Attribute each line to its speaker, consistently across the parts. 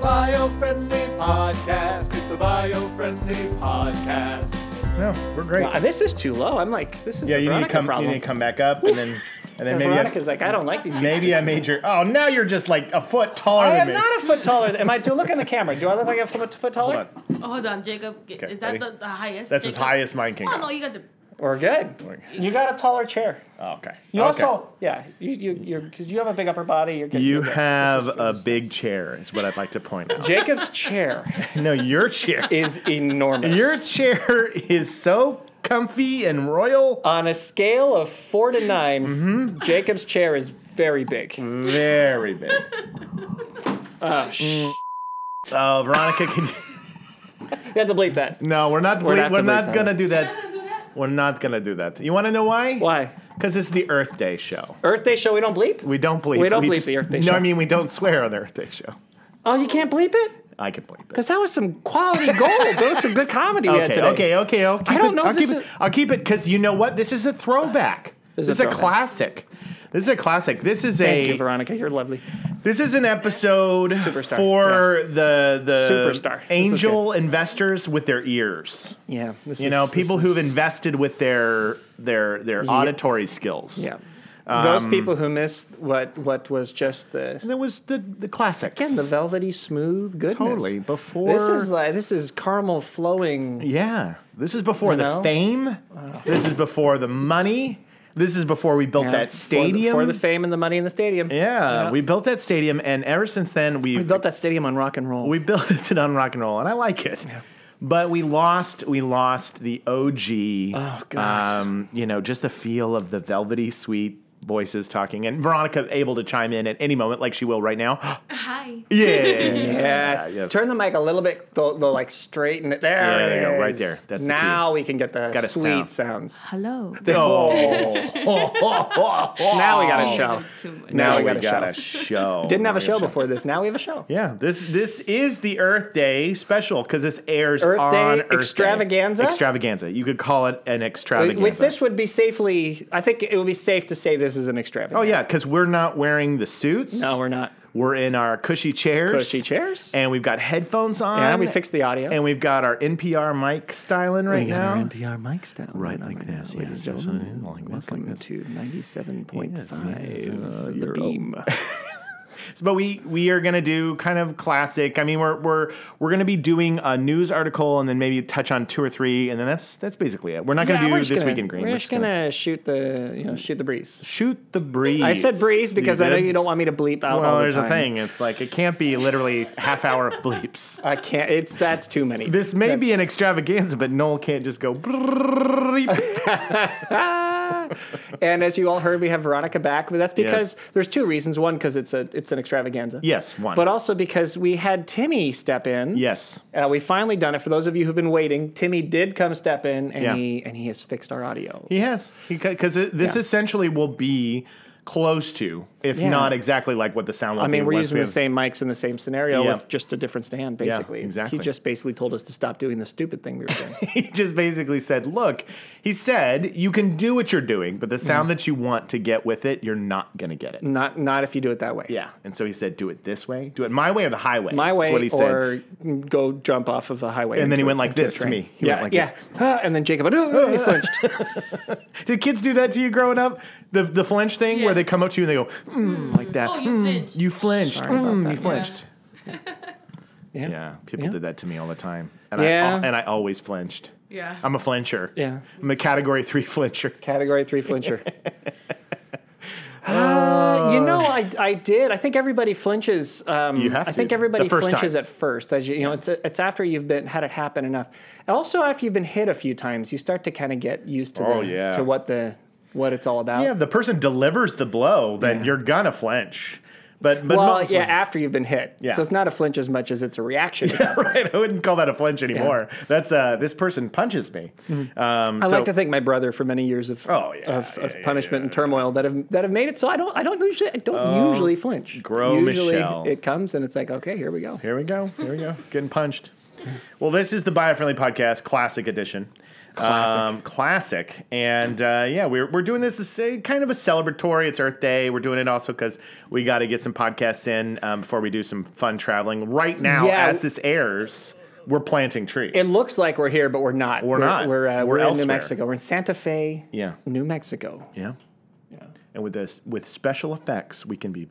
Speaker 1: bio-friendly podcast. It's the bio-friendly podcast.
Speaker 2: No, we're great.
Speaker 3: Wow, this is too low. I'm like, this is
Speaker 2: yeah,
Speaker 3: a
Speaker 2: you need to
Speaker 3: Veronica
Speaker 2: come.
Speaker 3: problem.
Speaker 2: You need to come back up, and then and then
Speaker 3: And
Speaker 2: maybe I,
Speaker 3: Veronica's like, I don't like these. seats.
Speaker 2: maybe I made your. Oh, now you're just like a foot taller
Speaker 3: I
Speaker 2: than
Speaker 3: am
Speaker 2: me.
Speaker 3: not a foot taller. Am I too? Look in the camera. Do I look like a foot, foot taller?
Speaker 2: Hold on.
Speaker 4: Oh, hold on, Jacob. G-
Speaker 2: Okay,
Speaker 4: is that
Speaker 2: ready?
Speaker 4: the, the highest?
Speaker 2: That's as
Speaker 4: Jacob?
Speaker 2: high as mine can
Speaker 4: Oh no,
Speaker 2: go.
Speaker 4: you guys are.
Speaker 3: We're good. You got a taller chair.
Speaker 2: Oh, okay.
Speaker 3: You
Speaker 2: Okay.
Speaker 3: also, yeah, you you you're because you have a big upper body. You're good.
Speaker 2: You
Speaker 3: you're good. This
Speaker 2: have
Speaker 3: is-
Speaker 2: a
Speaker 3: this is-
Speaker 2: big chair, is what I'd like to point out.
Speaker 3: Jacob's chair
Speaker 2: no, your chair.
Speaker 3: is enormous.
Speaker 2: Your chair is so comfy and royal.
Speaker 3: on a scale of four to 9
Speaker 2: Mm-hmm.
Speaker 3: Jacob's chair is very big.
Speaker 2: Mm. Very big. Mm.
Speaker 3: Oh, sh-
Speaker 2: Oh, Veronica, can you,
Speaker 3: you have to bleep that.
Speaker 2: no, we're not. We're,
Speaker 3: We're not
Speaker 2: we're
Speaker 3: to bleep
Speaker 2: not
Speaker 3: that.
Speaker 2: gonna do that. We're not gonna do that. You want to know why?
Speaker 3: Why?
Speaker 2: Because it's the Earth Day show.
Speaker 3: Earth Day show. We don't bleep.
Speaker 2: We don't bleep.
Speaker 3: We don't bleep the Earth Day
Speaker 2: no,
Speaker 3: show.
Speaker 2: I mean we don't swear on the Earth Day show.
Speaker 3: Oh, you can't bleep it.
Speaker 2: I can bleep it.
Speaker 3: Because that was some quality gold. that was some good comedy we had
Speaker 2: Okay,
Speaker 3: today.
Speaker 2: okay, okay. I'll keep it.
Speaker 3: don't know if
Speaker 2: I'll keep
Speaker 3: this
Speaker 2: it.
Speaker 3: is-
Speaker 2: I'll keep it because you know what? This is a throwback. This,
Speaker 3: is a
Speaker 2: is a,
Speaker 3: throwback.
Speaker 2: classic. This is a classic. This is
Speaker 3: Thank
Speaker 2: a
Speaker 3: you, Veronica. You're lovely.
Speaker 2: this is an episode
Speaker 3: Superstar,
Speaker 2: for the the
Speaker 3: Superstar. This is
Speaker 2: angel investors with their ears.
Speaker 3: Yeah. This
Speaker 2: You
Speaker 3: is-
Speaker 2: know,
Speaker 3: this
Speaker 2: people
Speaker 3: is-
Speaker 2: who've invested with their their their auditory skills.
Speaker 3: Yeah.
Speaker 2: Um,
Speaker 3: Those people who missed what what was just the
Speaker 2: And that was the the classics.
Speaker 3: again the velvety smooth goodness.
Speaker 2: Totally, before-
Speaker 3: this is like this is caramel flowing.
Speaker 2: Yeah. This is before
Speaker 3: You
Speaker 2: the
Speaker 3: know?
Speaker 2: fame. This is before the money. This is before we built
Speaker 3: you know,
Speaker 2: that stadium.
Speaker 3: for the, for the fame and the money in the stadium.
Speaker 2: yeah,
Speaker 3: Yeah.
Speaker 2: we built that stadium, and ever since then we've
Speaker 3: We built that stadium on rock and roll.
Speaker 2: we built it on rock and roll, and I like it. But we lost we lost the OG.
Speaker 3: Oh, God.
Speaker 2: Um, you know, just the feel of the velvety sweet voices talking, and Veronica able to chime in at any moment, like she will right now.
Speaker 4: Hi.
Speaker 2: yeah.
Speaker 3: yes.
Speaker 2: yes.
Speaker 3: Turn the mic a little bit, though, though, like straighten it. There,
Speaker 2: Yeah, there you
Speaker 3: it
Speaker 2: go, right
Speaker 3: is.
Speaker 2: there. That's the key.
Speaker 3: now we can get the
Speaker 2: gotta
Speaker 3: sweet
Speaker 2: sound.
Speaker 3: sounds.
Speaker 4: Hello.
Speaker 2: Oh.
Speaker 3: Now we got a
Speaker 4: Oh,
Speaker 3: show.
Speaker 4: Too much.
Speaker 3: Now we got a
Speaker 2: a show.
Speaker 3: Didn't have
Speaker 2: Now
Speaker 3: a
Speaker 2: we
Speaker 3: show
Speaker 2: got
Speaker 3: before this. Now we have a show.
Speaker 2: Yeah, this this is the Earth Day special because this airs
Speaker 3: Earth Day
Speaker 2: on Earth Day.
Speaker 3: extravaganza?
Speaker 2: Extravaganza. You could call it an extravaganza.
Speaker 3: With this would be safely. I think it would be safe to say this is an extravagant.
Speaker 2: oh yeah, because we're not wearing the suits.
Speaker 3: No, we're not.
Speaker 2: We're in our cushy chairs.
Speaker 3: Cushy chairs.
Speaker 2: And we've got headphones on.
Speaker 3: Yeah, we fixed the audio.
Speaker 2: And we've got our NPR mic styling right now.
Speaker 3: NPR mics down.
Speaker 2: Right, like this, yeah,
Speaker 3: ladies
Speaker 2: so
Speaker 3: and gentlemen.
Speaker 2: something like this,
Speaker 3: Welcome
Speaker 2: like this.
Speaker 3: to 97.5,
Speaker 2: Yes, yes, uh,
Speaker 3: the
Speaker 2: you're
Speaker 3: beam.
Speaker 2: But we we are gonna do kind of classic. I mean, we're we're we're gonna be doing a news article and then maybe touch on two or three, and then that's that's basically it. We're not gonna
Speaker 3: Yeah,
Speaker 2: do
Speaker 3: we're
Speaker 2: this
Speaker 3: just gonna-
Speaker 2: week in green.
Speaker 3: We're just gonna shoot the you know shoot the breeze.
Speaker 2: shoot the breeze.
Speaker 3: I said breeze because I know
Speaker 2: did?
Speaker 3: you don't want me to bleep out all
Speaker 2: Well,
Speaker 3: the
Speaker 2: there's
Speaker 3: time.
Speaker 2: a thing. It's like it can't be literally half hour of bleeps.
Speaker 3: I can't. It's that's too many.
Speaker 2: This may be an
Speaker 3: That's-
Speaker 2: extravaganza, but Noel can't just go. bleep.
Speaker 3: And as you all heard, we have Veronica back, but that's because
Speaker 2: Yes.
Speaker 3: there's two reasons. One, because it's a it's an extravaganza.
Speaker 2: yes, one.
Speaker 3: But also because we had Timmy step in.
Speaker 2: yes,
Speaker 3: Uh, we finally done it. For those of you who've been waiting, Timmy did come step in, and
Speaker 2: Yeah.
Speaker 3: he and he has fixed our audio.
Speaker 2: he has because this
Speaker 3: Yeah.
Speaker 2: essentially will be close to, if
Speaker 3: Yeah.
Speaker 2: not exactly like what the sound. Will
Speaker 3: I mean,
Speaker 2: be
Speaker 3: we're
Speaker 2: once
Speaker 3: using
Speaker 2: we
Speaker 3: the
Speaker 2: have-
Speaker 3: same mics in the same scenario
Speaker 2: Yeah.
Speaker 3: with just a different stand, basically. It's-
Speaker 2: exactly.
Speaker 3: He just basically told us to stop doing the stupid thing we were doing.
Speaker 2: He just basically said, "Look," he said, "you can do what you're doing, but the sound that you want to get with it, you're not gonna get it."
Speaker 3: not not if you do it that way.
Speaker 2: Yeah, and so he said, "Do it this way. Do it my way or the highway."
Speaker 3: My
Speaker 2: is
Speaker 3: way,
Speaker 2: what he said.
Speaker 3: or go jump off of a highway.
Speaker 2: And then he
Speaker 3: into a-
Speaker 2: went like
Speaker 3: into a
Speaker 2: this to
Speaker 3: train.
Speaker 2: me. He
Speaker 3: yeah,
Speaker 2: went like
Speaker 3: yeah. And then Jacob, oh, he flinched.
Speaker 2: Did kids do that to you growing up? The the flinch thing
Speaker 4: Yeah.
Speaker 2: where they come up to you and they go mm, like that.
Speaker 4: Oh, you
Speaker 2: "Mm,
Speaker 4: flinched."
Speaker 2: You flinched.
Speaker 3: Sorry about
Speaker 2: "Mm,
Speaker 3: that."
Speaker 2: you
Speaker 3: Yeah.
Speaker 2: flinched.
Speaker 3: Yeah.
Speaker 2: Yeah, people
Speaker 3: Yeah.
Speaker 2: did that to me all the time, and
Speaker 3: Yeah.
Speaker 2: I and I always flinched.
Speaker 4: Yeah.
Speaker 2: I'm a flincher.
Speaker 3: Yeah.
Speaker 2: I'm a category three flincher.
Speaker 3: Category three flincher. Uh, you know, I, I did. I think everybody flinches. Um,
Speaker 2: You have
Speaker 3: I think
Speaker 2: to,
Speaker 3: everybody
Speaker 2: the first
Speaker 3: flinches
Speaker 2: time.
Speaker 3: at first. As you, you know, it's it's after you've been had it happen enough. And also, after you've been hit a few times, you start to kind of get used to
Speaker 2: Oh,
Speaker 3: the,
Speaker 2: yeah.
Speaker 3: to what the what it's all about.
Speaker 2: Yeah, if the person delivers the blow, then you're gonna flinch. But but
Speaker 3: well,
Speaker 2: mostly-
Speaker 3: yeah, after you've been hit.
Speaker 2: Yeah.
Speaker 3: So it's not a flinch as much as it's a reaction.
Speaker 2: right. I wouldn't call that a flinch anymore. That's uh, this person punches me. Um,
Speaker 3: Mm-hmm. I
Speaker 2: so-
Speaker 3: like to thank my brother for many years of
Speaker 2: Oh, yeah,
Speaker 3: of,
Speaker 2: yeah,
Speaker 3: of
Speaker 2: yeah, Oh,
Speaker 3: punishment and turmoil that have that have made it so I don't I don't usually I don't usually flinch.
Speaker 2: grow,
Speaker 3: usually
Speaker 2: Michelle.
Speaker 3: it comes and it's like okay here we go.
Speaker 2: Here we go. Here we go. Getting punched. Well, this is the Biofriendly Podcast Classic Edition.
Speaker 3: Classic.
Speaker 2: Um, classic. And uh, yeah, we're, we're doing this as a, kind of a celebratory. It's Earth Day. We're doing it also because we got to get some podcasts in um, before we do some fun traveling. Right now,
Speaker 3: Yeah.
Speaker 2: as this airs, we're planting trees.
Speaker 3: It looks like we're here, but we're not. We're,
Speaker 2: not.
Speaker 3: We're uh,
Speaker 2: We're
Speaker 3: we're, in
Speaker 2: elsewhere.
Speaker 3: New Mexico. We're in Santa Fe,
Speaker 2: yeah.
Speaker 3: New Mexico.
Speaker 2: Yeah. And with this, with special effects, we can be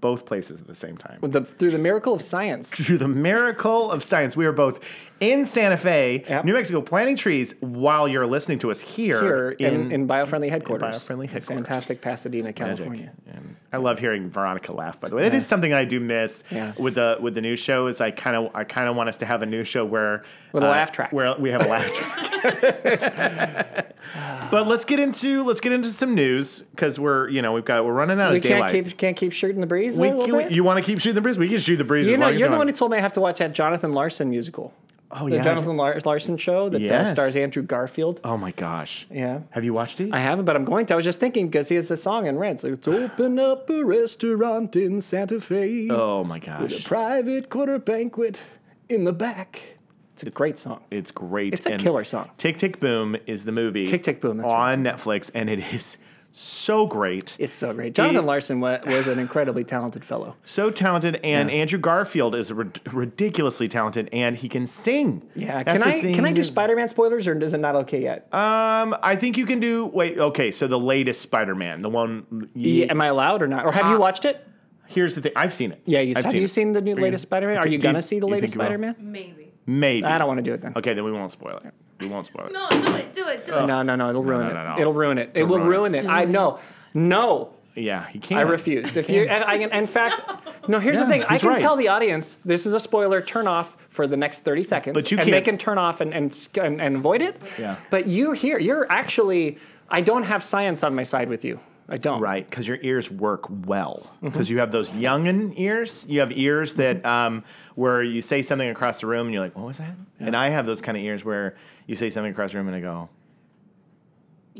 Speaker 2: both places at the same time.
Speaker 3: With the, through the miracle of science.
Speaker 2: Through the miracle of science, we are both in Santa Fe,
Speaker 3: Yep.
Speaker 2: New Mexico, planting trees while you're listening to us here,
Speaker 3: Here in, in biofriendly headquarters.
Speaker 2: Biofriendly headquarters.
Speaker 3: Fantastic Pasadena,
Speaker 2: Magic.
Speaker 3: California.
Speaker 2: And I love hearing Veronica laugh. By the way, it is something I do miss
Speaker 3: Yeah.
Speaker 2: with the with the new show. Is I kind of I kind of want us to have a new show where uh,
Speaker 3: With a laugh track.
Speaker 2: where we have a laugh track. but let's get into let's get into some news because we're you know we've got we're running out
Speaker 3: We
Speaker 2: of daylight.
Speaker 3: can't keep can't keep shooting the breeze a
Speaker 2: We
Speaker 3: little
Speaker 2: can-
Speaker 3: bit.
Speaker 2: you want to keep shooting the breeze? We can shoot the breeze.
Speaker 3: You
Speaker 2: as
Speaker 3: know,
Speaker 2: long as
Speaker 3: you're
Speaker 2: you
Speaker 3: the one
Speaker 2: want.
Speaker 3: who told me I have to watch that Jonathan Larson musical.
Speaker 2: Oh
Speaker 3: The
Speaker 2: yeah.
Speaker 3: Jonathan Lar- Larson show that uh,
Speaker 2: Yes.
Speaker 3: stars Andrew Garfield.
Speaker 2: Oh my gosh.
Speaker 3: Yeah.
Speaker 2: Have you watched it?
Speaker 3: I haven't, but I'm going to. I was just thinking because he has the song in Rent. It's like, "Let's open up a restaurant in Santa Fe.
Speaker 2: oh my
Speaker 3: The
Speaker 2: gosh.
Speaker 3: private quarter banquet in the back. It's a great song.
Speaker 2: It's great.
Speaker 3: It's a
Speaker 2: and
Speaker 3: killer song.
Speaker 2: Tick Tick Boom is the movie.
Speaker 3: Tick, Tick, Boom, that's
Speaker 2: on Netflix, and it is so great.
Speaker 3: It's so great. Jonathan
Speaker 2: He-
Speaker 3: Larson wa- was an incredibly talented fellow.
Speaker 2: so talented, and Andrew Garfield is rid- ridiculously talented, and he can sing.
Speaker 3: Yeah.
Speaker 2: That's
Speaker 3: can
Speaker 2: the
Speaker 3: I
Speaker 2: thing
Speaker 3: can I do
Speaker 2: is-
Speaker 3: Spider-Man spoilers or is it not okay yet?
Speaker 2: Um, I think you can do. Wait, okay. So the latest Spider-Man, the one.
Speaker 3: Yeah, Am I allowed or not? Or have you watched it?
Speaker 2: Here's the thing. I've Uh, seen it.
Speaker 3: Yeah. You,
Speaker 2: I've
Speaker 3: have you seen the new latest Spider-Man? Are
Speaker 2: Do
Speaker 3: you
Speaker 2: you-
Speaker 3: gonna see the
Speaker 2: you
Speaker 3: latest
Speaker 2: think you will?
Speaker 3: Spider-Man?
Speaker 4: Maybe.
Speaker 2: Maybe.
Speaker 3: I don't want to do it then.
Speaker 2: Okay, then we won't spoil it. We won't spoil it.
Speaker 4: No, do it, do it, do it.
Speaker 3: No, no, no. It'll ruin
Speaker 2: no, no,
Speaker 3: it.
Speaker 2: no.
Speaker 3: It'll ruin it. It
Speaker 2: It'll
Speaker 3: will
Speaker 2: ruin
Speaker 3: ruin it. I know. No.
Speaker 2: Yeah, he can't.
Speaker 3: I refuse. If you, and I can, in fact, no. Here's the
Speaker 2: Yeah,
Speaker 3: thing. I
Speaker 2: he's
Speaker 3: can
Speaker 2: right.
Speaker 3: tell the audience this is a spoiler. Turn off for the next thirty seconds,
Speaker 2: But you
Speaker 3: and they
Speaker 2: can't-
Speaker 3: can turn off and and, sc- and and avoid it.
Speaker 2: Yeah.
Speaker 3: But you here, you're actually. I don't have science on my side with you. I don't.
Speaker 2: Right, because your ears work well.
Speaker 3: Mm-hmm.
Speaker 2: Because you have those youngin' ears. You have ears that um, where you say something across the room and you're like, "What was that?" And I have those kind of ears where you say something across the room and I go,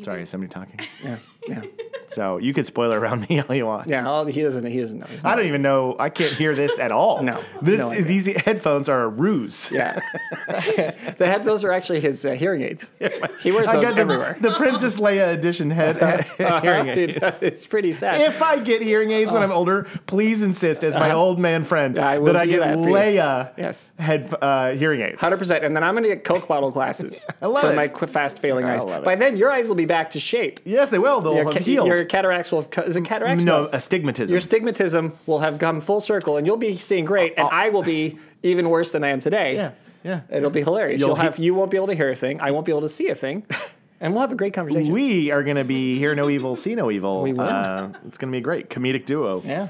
Speaker 2: "Sorry, is somebody talking?"
Speaker 3: Yeah. Yeah.
Speaker 2: so you could spoil around me all you want.
Speaker 3: yeah all, he doesn't. He doesn't know. He's
Speaker 2: I
Speaker 3: not-
Speaker 2: don't even know. I can't hear this at all.
Speaker 3: No,
Speaker 2: this
Speaker 3: no idea.
Speaker 2: these headphones are a ruse.
Speaker 3: yeah. the head. Those are actually his uh, hearing aids. He wears
Speaker 2: I
Speaker 3: those
Speaker 2: got the,
Speaker 3: everywhere.
Speaker 2: the Princess Leia edition head hearing aids.
Speaker 3: It's, it's pretty sad.
Speaker 2: If I get hearing aids when I'm older, please insist, as my old man friend,
Speaker 3: Uh-huh. I will
Speaker 2: that I
Speaker 3: do
Speaker 2: get
Speaker 3: that for you.
Speaker 2: Leia
Speaker 3: Yes.
Speaker 2: head uh, hearing aids.
Speaker 3: Hundred percent, and then I'm gonna get Coke bottle glasses
Speaker 2: I love
Speaker 3: for
Speaker 2: it.
Speaker 3: my qu- fast failing eyes.
Speaker 2: love it.
Speaker 3: By then, your eyes will be back to shape.
Speaker 2: Yes, they will. They'll
Speaker 3: your,
Speaker 2: have
Speaker 3: ca-
Speaker 2: healed.
Speaker 3: your cataracts will have co- is it cataracts?
Speaker 2: no, astigmatism.
Speaker 3: your stigmatism will have come full circle, and you'll be seeing great, and I will be even worse than I am today.
Speaker 2: Uh, yeah, yeah.
Speaker 3: it'll be hilarious. You'll,
Speaker 2: You'll
Speaker 3: have you won't be able to hear a thing. I won't be able to see a thing, and we'll have a great conversation.
Speaker 2: we are going to be hear no evil, see no evil.
Speaker 3: We will.
Speaker 2: Uh, it's going to be a great comedic duo.
Speaker 3: yeah.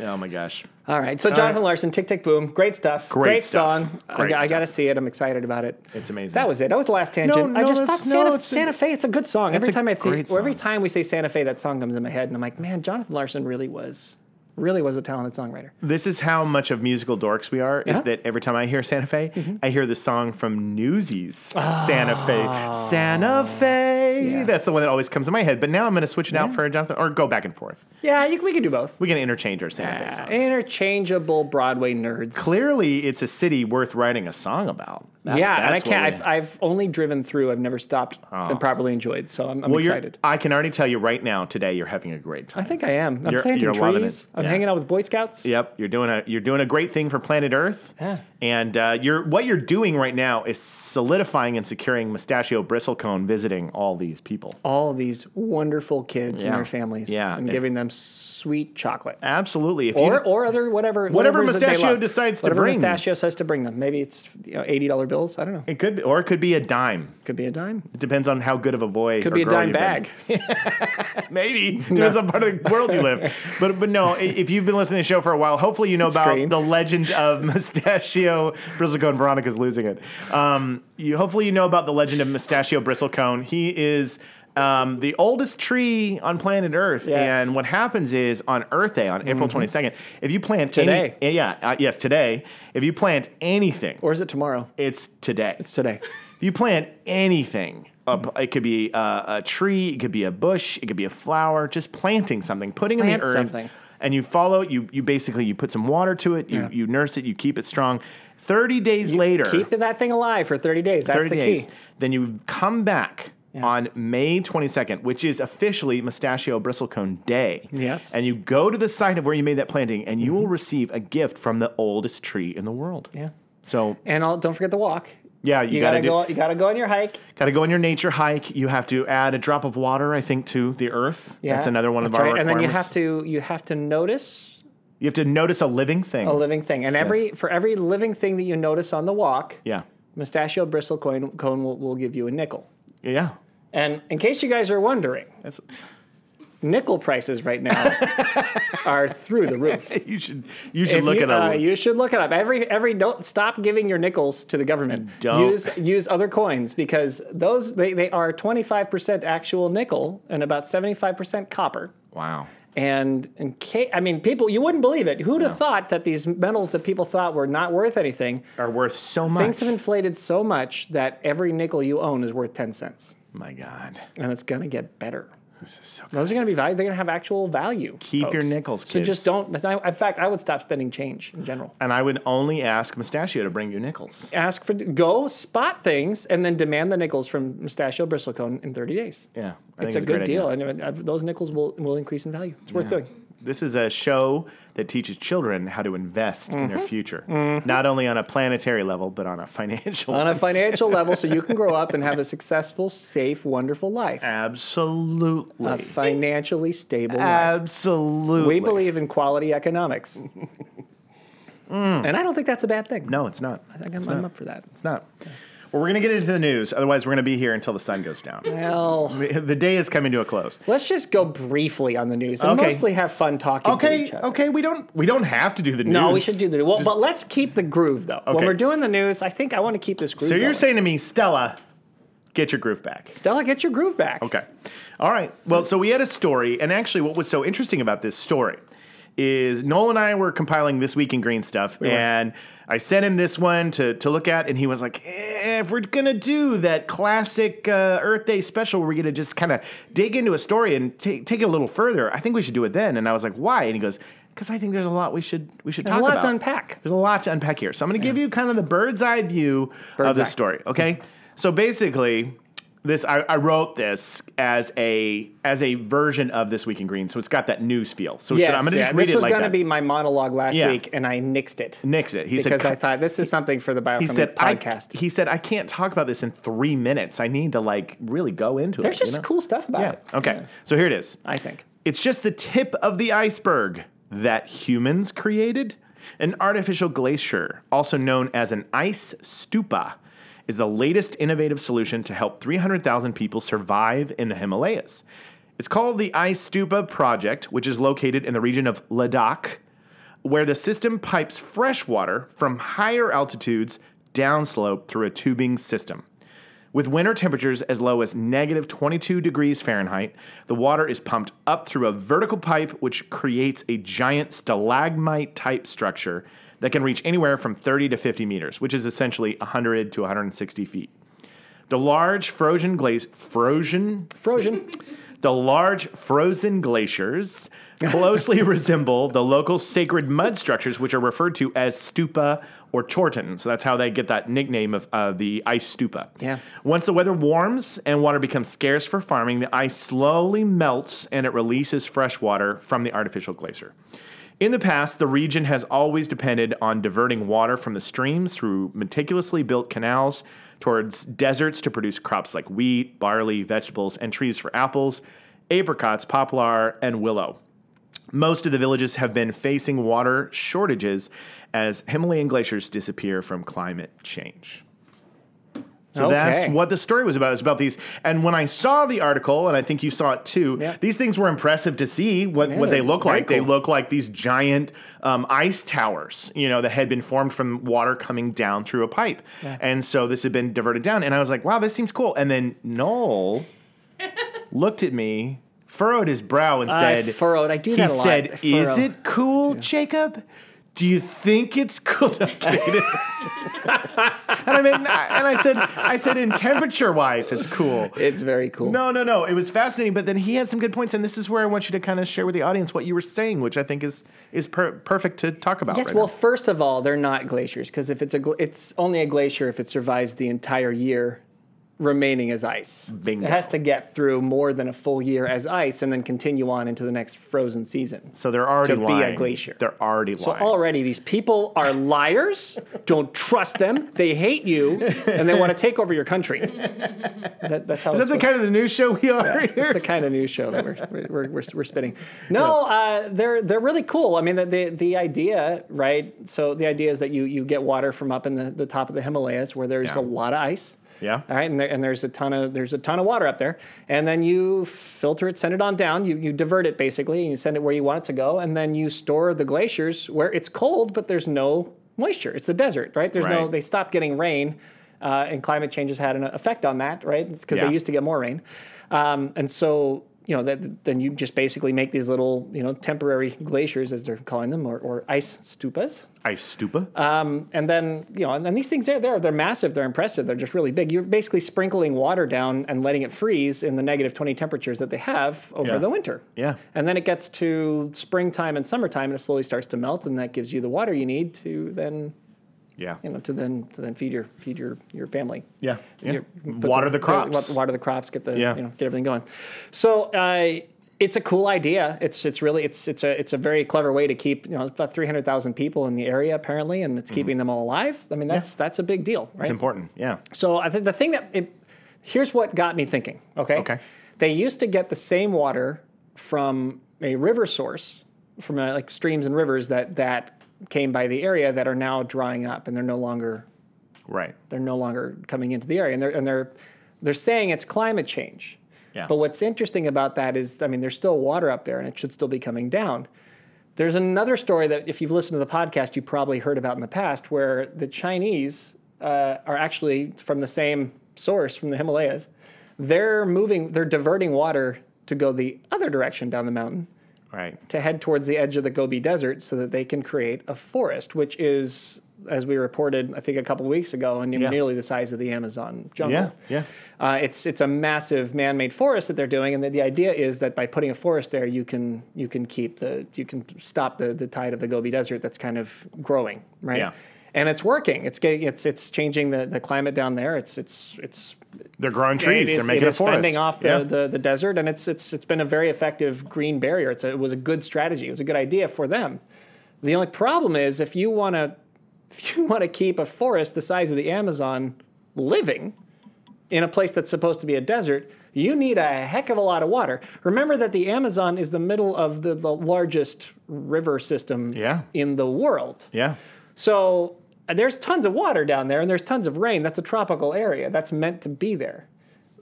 Speaker 2: Oh my gosh.
Speaker 3: All right. So Jonathan
Speaker 2: right.
Speaker 3: Larson, Tick Tick Boom, great stuff.
Speaker 2: Great stuff.
Speaker 3: song. I
Speaker 2: Great
Speaker 3: got- I, got to
Speaker 2: stuff.
Speaker 3: see it. I'm excited about it.
Speaker 2: It's amazing.
Speaker 3: That was it. That was the last tangent. I
Speaker 2: no,
Speaker 3: just thought
Speaker 2: that's- no,
Speaker 3: Santa,
Speaker 2: it's a-
Speaker 3: Santa Fe. It's a good song. Every
Speaker 2: a
Speaker 3: time I think,
Speaker 2: great
Speaker 3: or every
Speaker 2: song.
Speaker 3: time we say Santa Fe, that song comes in my head, and I'm like, man, Jonathan Larson really was, really was a talented songwriter.
Speaker 2: This is how much of musical dorks we are. Is
Speaker 3: Yeah.
Speaker 2: that every time I hear Santa Fe,
Speaker 3: Mm-hmm.
Speaker 2: I hear the song from Newsies, Santa Fe, Santa Fe.
Speaker 3: Ah. Yeah.
Speaker 2: That's the one that always comes in my head. But now I'm going to switch it out for Jonathan, or go back and forth.
Speaker 3: Yeah, you, can- we can do both.
Speaker 2: We can interchange our Santa Fe
Speaker 3: Yeah,
Speaker 2: songs.
Speaker 3: Uh, interchangeable Broadway nerds.
Speaker 2: Clearly, it's a city worth writing a song about. That's-
Speaker 3: yeah, and I
Speaker 2: that's what
Speaker 3: can't.
Speaker 2: we- Oh.
Speaker 3: I've, I've only driven through. I've never stopped and properly enjoyed. So I'm, I'm
Speaker 2: Well, you're-
Speaker 3: excited.
Speaker 2: I can already tell you right now, today, you're having a great time.
Speaker 3: I think I am. I'm
Speaker 2: You're-
Speaker 3: planting
Speaker 2: you're loving
Speaker 3: trees.
Speaker 2: it.
Speaker 3: I'm
Speaker 2: Yeah.
Speaker 3: hanging out with Boy Scouts.
Speaker 2: Yep, you're doing a you're doing a great thing for planet Earth.
Speaker 3: Yeah.
Speaker 2: And uh, you're what you're doing right now is solidifying and securing Mustachio Bristlecone visiting all these people.
Speaker 3: All these wonderful kids and
Speaker 2: Yeah.
Speaker 3: their families.
Speaker 2: Yeah,
Speaker 3: and
Speaker 2: it-
Speaker 3: giving them sweet chocolate.
Speaker 2: Absolutely. If
Speaker 3: or
Speaker 2: you,
Speaker 3: or other whatever
Speaker 2: Whatever
Speaker 3: whatever's that they
Speaker 2: Mustachio
Speaker 3: love.
Speaker 2: decides to
Speaker 3: whatever
Speaker 2: bring.
Speaker 3: Mustachio says to bring them. Maybe it's you know, eighty dollar bills. I don't know. It
Speaker 2: it could be, or it could be a dime.
Speaker 3: could be a dime.
Speaker 2: It depends on how good of a boy.
Speaker 3: Could be a dime bag.
Speaker 2: Maybe depends on part of the world you live. But but no, i- if you've been listening to the show for a while, hopefully you know about
Speaker 3: green.
Speaker 2: the legend of Mustachio Bristlecone. Veronica's losing it. Um, you hopefully you know about the legend of Mustachio Bristlecone. He is. Um, the oldest tree on planet Earth,
Speaker 3: Yes. Mm-hmm.
Speaker 2: and what happens is on Earth Day, on April twenty second, if you plant
Speaker 3: Today.
Speaker 2: any, yeah, uh, yes, today, if you plant anything,
Speaker 3: Or is it tomorrow?
Speaker 2: it's today.
Speaker 3: It's today.
Speaker 2: If you plant anything, a p- it could uh, be a, a tree, it could be a bush, it could be a flower, just planting something, putting it in
Speaker 3: Plant
Speaker 2: the earth.
Speaker 3: something.
Speaker 2: and you follow it. You you basically you put some water to it. You
Speaker 3: Yeah.
Speaker 2: you nurse it. You keep it strong. Thirty days later,
Speaker 3: Keep that thing alive for 30 days. That's
Speaker 2: 30
Speaker 3: the
Speaker 2: days.
Speaker 3: key.
Speaker 2: Then you come back on May 22nd, which is officially Mustachio Bristlecone Day.
Speaker 3: Yes.
Speaker 2: And you go to the site of where you made that planting, and you will receive a gift from the oldest tree in the world.
Speaker 3: Yeah.
Speaker 2: So
Speaker 3: And I'll, don't forget the walk.
Speaker 2: yeah, Uh, you,
Speaker 3: You,
Speaker 2: gotta,
Speaker 3: gotta, go. You gotta go on your hike.
Speaker 2: do, gotta go on your nature hike. You have to add a drop of water, I think, to the earth.
Speaker 3: Yeah,
Speaker 2: That's another one of
Speaker 3: That's
Speaker 2: our
Speaker 3: right. And then you have
Speaker 2: requirements.
Speaker 3: to you have to notice
Speaker 2: You have to notice a living thing.
Speaker 3: a living thing, and every for every living thing that you notice on the walk,
Speaker 2: yeah,
Speaker 3: mustachio bristle coin cone will, will give you a nickel.
Speaker 2: yeah.
Speaker 3: And in case you guys are wondering,
Speaker 2: That's,
Speaker 3: nickel prices right now are through the roof.
Speaker 2: you should you should
Speaker 3: If
Speaker 2: look
Speaker 3: you,
Speaker 2: at a.
Speaker 3: uh, you should look it up. Every every don't stop giving your nickels to the government.
Speaker 2: Don't.
Speaker 3: use use other coins because those they, they are twenty five percent actual nickel and about seventy five percent copper.
Speaker 2: wow.
Speaker 3: And in case, I mean, people, you wouldn't believe it. Who'd have thought that these metals that people thought were not worth anything,
Speaker 2: Are worth so much.
Speaker 3: things have inflated so much that every nickel you own is worth 10 cents.
Speaker 2: My God.
Speaker 3: And it's going to get better.
Speaker 2: This is so
Speaker 3: Those are going to be value. They're going to have actual value.
Speaker 2: Keep your
Speaker 3: folks.
Speaker 2: nickels,
Speaker 3: So
Speaker 2: kids.
Speaker 3: just don't. In fact, I would stop spending change in general.
Speaker 2: And I would only ask Mustachio to bring you nickels.
Speaker 3: Ask for, go spot things and then demand the nickels from Mustachio Bristlecone in 30 days.
Speaker 2: Yeah, I
Speaker 3: It's
Speaker 2: think
Speaker 3: a good
Speaker 2: great
Speaker 3: deal.
Speaker 2: idea.
Speaker 3: And uh, those nickels will, will increase in value. It's worth doing.
Speaker 2: This is a show that teaches children how to invest in
Speaker 3: Mm-hmm.
Speaker 2: their future, not only on a planetary level but on a financial.
Speaker 3: on a
Speaker 2: one.
Speaker 3: financial level so you can grow up and have a successful, safe, wonderful life.
Speaker 2: absolutely,
Speaker 3: A financially stable life.
Speaker 2: absolutely.
Speaker 3: We believe in quality economics. Mm. And I don't think that's a bad thing.
Speaker 2: No, it's not.
Speaker 3: I think I'm, I'm up for that.
Speaker 2: It's not. Well, we're gonna get into the news. Otherwise, we're gonna be here until the sun goes down.
Speaker 3: Oh, Well,
Speaker 2: the day is coming to a close.
Speaker 3: let's just go briefly on the news and
Speaker 2: Okay.
Speaker 3: mostly have fun talking to
Speaker 2: Okay,
Speaker 3: each other.
Speaker 2: okay. We don't. We don't have to do the news.
Speaker 3: No, we should do the news. Well, but let's keep the groove though. When
Speaker 2: Okay.
Speaker 3: we're doing the news, I think I want to keep this groove.
Speaker 2: So you're
Speaker 3: going.
Speaker 2: saying to me, Stella, get your groove back.
Speaker 3: Stella, get your groove back.
Speaker 2: Okay. All right. Well, so we had a story, and actually, what was so interesting about this story is Noel and I were compiling this week in green stuff, and I sent him this one to to look at, and he was like, eh, "If we're gonna do that classic uh, Earth Day special, where we're gonna just kind of dig into a story and take take it a little further, I think we should do it then." And I was like, "Why?" And he goes. Because I think there's a lot we should we should
Speaker 3: There's
Speaker 2: talk
Speaker 3: a lot
Speaker 2: about.
Speaker 3: to unpack.
Speaker 2: There's a lot to unpack here. So I'm going to give you kind of the bird's eye view of
Speaker 3: Bird's
Speaker 2: this
Speaker 3: eye.
Speaker 2: story. Okay. So basically, this I, I wrote this as a as a version of this week in green. So it's got that news feel. So should,
Speaker 3: Yes,
Speaker 2: I'm going to
Speaker 3: yeah,
Speaker 2: just read
Speaker 3: this
Speaker 2: it
Speaker 3: was
Speaker 2: like
Speaker 3: going to
Speaker 2: that.
Speaker 3: be my monologue last
Speaker 2: Yeah.
Speaker 3: week, and I nixed it.
Speaker 2: Nix it. He said.
Speaker 3: because I
Speaker 2: "C-
Speaker 3: thought this is something for the biofilm
Speaker 2: he said, I,
Speaker 3: podcast.
Speaker 2: he said, I can't talk about this in three minutes. I need to like really go into
Speaker 3: There's
Speaker 2: it. you
Speaker 3: just
Speaker 2: know?
Speaker 3: cool stuff about it.
Speaker 2: Yeah. Okay. So here it is.
Speaker 3: I think.
Speaker 2: It's just the tip of the iceberg that humans created. An artificial glacier, also known as an ice stupa, is the latest innovative solution to help 300,000 people survive in the Himalayas. It's called the Ice Stupa Project, which is located in the region of Ladakh, where the system pipes fresh water from higher altitudes downslope through a tubing system. With winter temperatures as low as negative 22 degrees Fahrenheit, the water is pumped up through a vertical pipe which creates a giant stalagmite type structure that can reach anywhere from 30 to 50 meters, which is essentially 100 to 160 feet. The large frozen glaze frozen
Speaker 3: Frozen.
Speaker 2: the large frozen glaciers closely resemble the local sacred mud structures, which are referred to as stupa or chorten. So that's how they get that nickname of uh, the ice stupa.
Speaker 3: Yeah.
Speaker 2: Once the weather warms and water becomes scarce for farming, the ice slowly melts and it releases fresh water from the artificial glacier. In the past, the region has always depended on diverting water from the streams through meticulously built canals towards deserts to produce crops like wheat, barley, vegetables, and trees for apples, apricots, poplar, and willow. Most of the villages have been facing water shortages as Himalayan glaciers disappear from climate change. So that's
Speaker 3: Okay.
Speaker 2: what the story was about. It was about these. And when I saw the article, and I think you saw it too,
Speaker 3: Yeah.
Speaker 2: these things were impressive to see what, what they
Speaker 3: they're
Speaker 2: look
Speaker 3: very
Speaker 2: like. They
Speaker 3: cool.
Speaker 2: look like these giant um, ice towers, you know, that had been formed from water coming down through a pipe. And so this had been diverted down. And I was like, wow, this seems cool. And then Noel looked at me, furrowed his brow, and
Speaker 3: I
Speaker 2: said,
Speaker 3: furrowed. I do
Speaker 2: He
Speaker 3: that a lot.
Speaker 2: said,
Speaker 3: I
Speaker 2: Is
Speaker 3: furrow."
Speaker 2: it cool, Jacob? Do you think it's complicated? and I mean, and I said, I said, in temperature wise, it's cool.
Speaker 3: It's very cool.
Speaker 2: No, no, no. It was fascinating, but then he had some good points, and this is where I want you to kind of share with the audience what you were saying, which I think is is per- perfect to talk about.
Speaker 3: Yes.
Speaker 2: right
Speaker 3: well,
Speaker 2: now.
Speaker 3: first of all, they're not glaciers because if it's a, gl- it's only a glacier if it survives the entire year remaining as ice.
Speaker 2: Bingo.
Speaker 3: It has to get through more than a full year as ice and then continue on into the next frozen season.
Speaker 2: so they're already
Speaker 3: to be a
Speaker 2: lying.
Speaker 3: glacier.
Speaker 2: They're already
Speaker 3: So
Speaker 2: lying.
Speaker 3: already these people are liars. Don't trust them. They hate you, and they want to take over your country. That,
Speaker 2: is
Speaker 3: that's how
Speaker 2: that
Speaker 3: it's
Speaker 2: the
Speaker 3: supposed-
Speaker 2: kind of the news show we are
Speaker 3: it's
Speaker 2: here?
Speaker 3: the kind of news show that we're we're, we're, we're spinning. No, uh, they're they're really cool. I mean, the, the the idea, right? So the idea is that you you get water from up in the, the top of the Himalayas where there's
Speaker 2: Yeah.
Speaker 3: a lot of ice.
Speaker 2: Yeah.
Speaker 3: All right, and, there, and there's a ton of there's a ton of water up there, and then you filter it, send it on down. You you divert it basically, and you send it where you want it to go, and then you store the glaciers where it's cold, but there's no moisture. It's the desert, right? There's no
Speaker 2: Right.
Speaker 3: they stopped getting rain, uh, and climate change has had an effect on that, right? Because
Speaker 2: Yeah.
Speaker 3: they used to get more rain, um, and so you know that then you just basically make these little you know temporary glaciers as they're calling them, or, or ice stupas,
Speaker 2: Ice stupa.
Speaker 3: Uh, and then you know, and, and these things are they're they're massive, they're impressive, they're just really big. You're basically sprinkling water down and letting it freeze in the negative twenty temperatures that they have over
Speaker 2: Yeah.
Speaker 3: the winter.
Speaker 2: Yeah.
Speaker 3: and then it gets to springtime and summertime, and it slowly starts to melt, and that gives you the water you need to then
Speaker 2: yeah.
Speaker 3: you know to then to then feed your feed your your family.
Speaker 2: Yeah, yeah.
Speaker 3: Your- put
Speaker 2: Water the crops.
Speaker 3: wa- water the crops. Get the
Speaker 2: Yeah.
Speaker 3: you know get everything going. So. Uh, it's a cool idea. It's it's really it's it's a it's a very clever way to keep you know it's about three hundred thousand people in the area apparently, and it's
Speaker 2: Mm-hmm.
Speaker 3: keeping them all alive. I mean that's that's a big deal, right?
Speaker 2: It's important. Yeah.
Speaker 3: So I think the thing that it, here's what got me thinking. Okay.
Speaker 2: Okay.
Speaker 3: They used to get the same water from a river source, from uh like streams and rivers that that came by the area that are now drying up and they're no longer
Speaker 2: Right.
Speaker 3: they're no longer coming into the area, and they're and they're they're saying it's climate change.
Speaker 2: Yeah.
Speaker 3: But what's interesting about that is, I mean, there's still water up there, and it should still be coming down. There's another story that, if you've listened to the podcast, you probably heard about in the past, where the Chinese uh, are actually from the same source, from the Himalayas. They're moving, they're diverting water to go the other direction down the mountain
Speaker 2: Right.
Speaker 3: to head towards the edge of the Gobi Desert so that they can create a forest, which is, as we reported, I think a couple weeks ago, and nearly the size of the Amazon jungle.
Speaker 2: Yeah. Yeah.
Speaker 3: Uh, it's it's a massive man-made forest that they're doing, and the, the idea is that by putting a forest there, you can you can keep the you can stop the the tide of the Gobi Desert that's kind of growing, right?
Speaker 2: Yeah.
Speaker 3: And it's working. It's getting it's it's changing the, the climate down there. It's it's it's
Speaker 2: They're growing trees.
Speaker 3: it is-
Speaker 2: They're making
Speaker 3: it
Speaker 2: a
Speaker 3: is
Speaker 2: forest.
Speaker 3: fending off the,
Speaker 2: Yeah.
Speaker 3: the, the desert, and it's it's it's been a very effective green barrier. It's a, it was a good strategy. It was a good idea for them. The only problem is if you want to if you want to keep a forest the size of the Amazon living in a place that's supposed to be a desert, you need a heck of a lot of water. Remember that the Amazon is the middle of the, the largest river system
Speaker 2: Yeah.
Speaker 3: in the world.
Speaker 2: yeah.
Speaker 3: So uh, there's tons of water down there and there's tons of rain. That's a tropical area. That's meant to be there.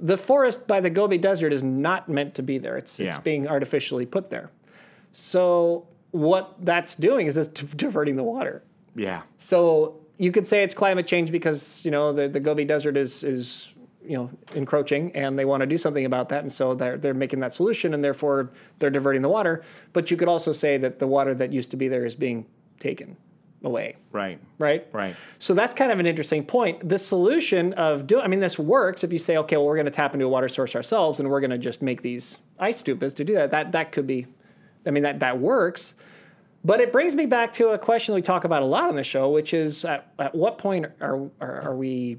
Speaker 3: The forest by the Gobi Desert is not meant to be there. It's it's
Speaker 2: Yeah.
Speaker 3: being artificially put there. So what that's doing is it's d- diverting the water.
Speaker 2: Yeah.
Speaker 3: So you could say it's climate change because you know the, the Gobi Desert is is you know encroaching and they want to do something about that, and so they're they're making that solution, and therefore they're diverting the water. But you could also say that the water that used to be there is being taken away,
Speaker 2: Right.
Speaker 3: right?
Speaker 2: Right.
Speaker 3: So that's kind of an interesting point. The solution of do I mean this works if you say okay, well we're going to tap into a water source ourselves and we're going to just make these ice stupas to do that. That that could be I mean that that works. But it brings me back to a question we talk about a lot on the show, which is at, at what point are are, are we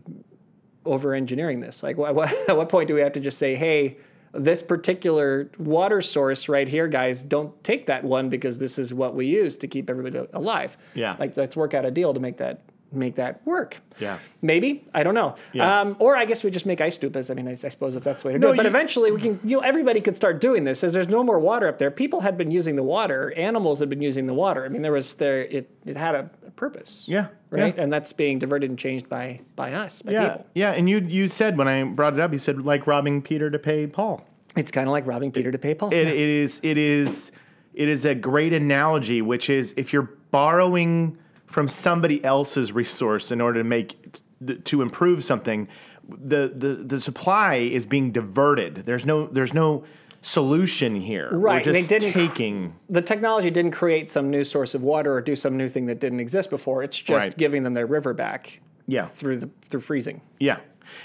Speaker 3: over engineering this? Like, what, what, at what point do we have to just say, hey, this particular water source right here, guys, don't take that one because this is what we use to keep everybody a- alive.
Speaker 2: Yeah.
Speaker 3: Like, let's work out a deal to make that make that work.
Speaker 2: Yeah.
Speaker 3: Maybe I don't know.
Speaker 2: Yeah.
Speaker 3: Um, or I guess we just make ice stupas. I mean, I, I suppose if that's the way to
Speaker 2: No,
Speaker 3: go. But
Speaker 2: you-
Speaker 3: eventually, we can. You know, everybody could start doing this. As there's no more water up there, people had been using the water. Animals had been using the water. I mean, there was there. It it had a, purpose.
Speaker 2: Yeah.
Speaker 3: Right.
Speaker 2: Yeah.
Speaker 3: And that's being diverted and changed by by us by
Speaker 2: Yeah.
Speaker 3: people.
Speaker 2: Yeah. And you you said when I brought it up, you said like robbing Peter to pay Paul.
Speaker 3: It's kind of like robbing Peter to pay Paul.
Speaker 2: It, it is it is it is a great analogy, which is if you're borrowing from somebody else's resource in order to make to improve something, the the, the supply is being diverted. There's no there's no solution here.
Speaker 3: Right,
Speaker 2: We're
Speaker 3: they
Speaker 2: just
Speaker 3: didn't-
Speaker 2: taking.
Speaker 3: the technology didn't create some new source of water or do some new thing that didn't exist before. It's just
Speaker 2: Right.
Speaker 3: giving them their river back
Speaker 2: Yeah.
Speaker 3: through the through freezing.
Speaker 2: Yeah.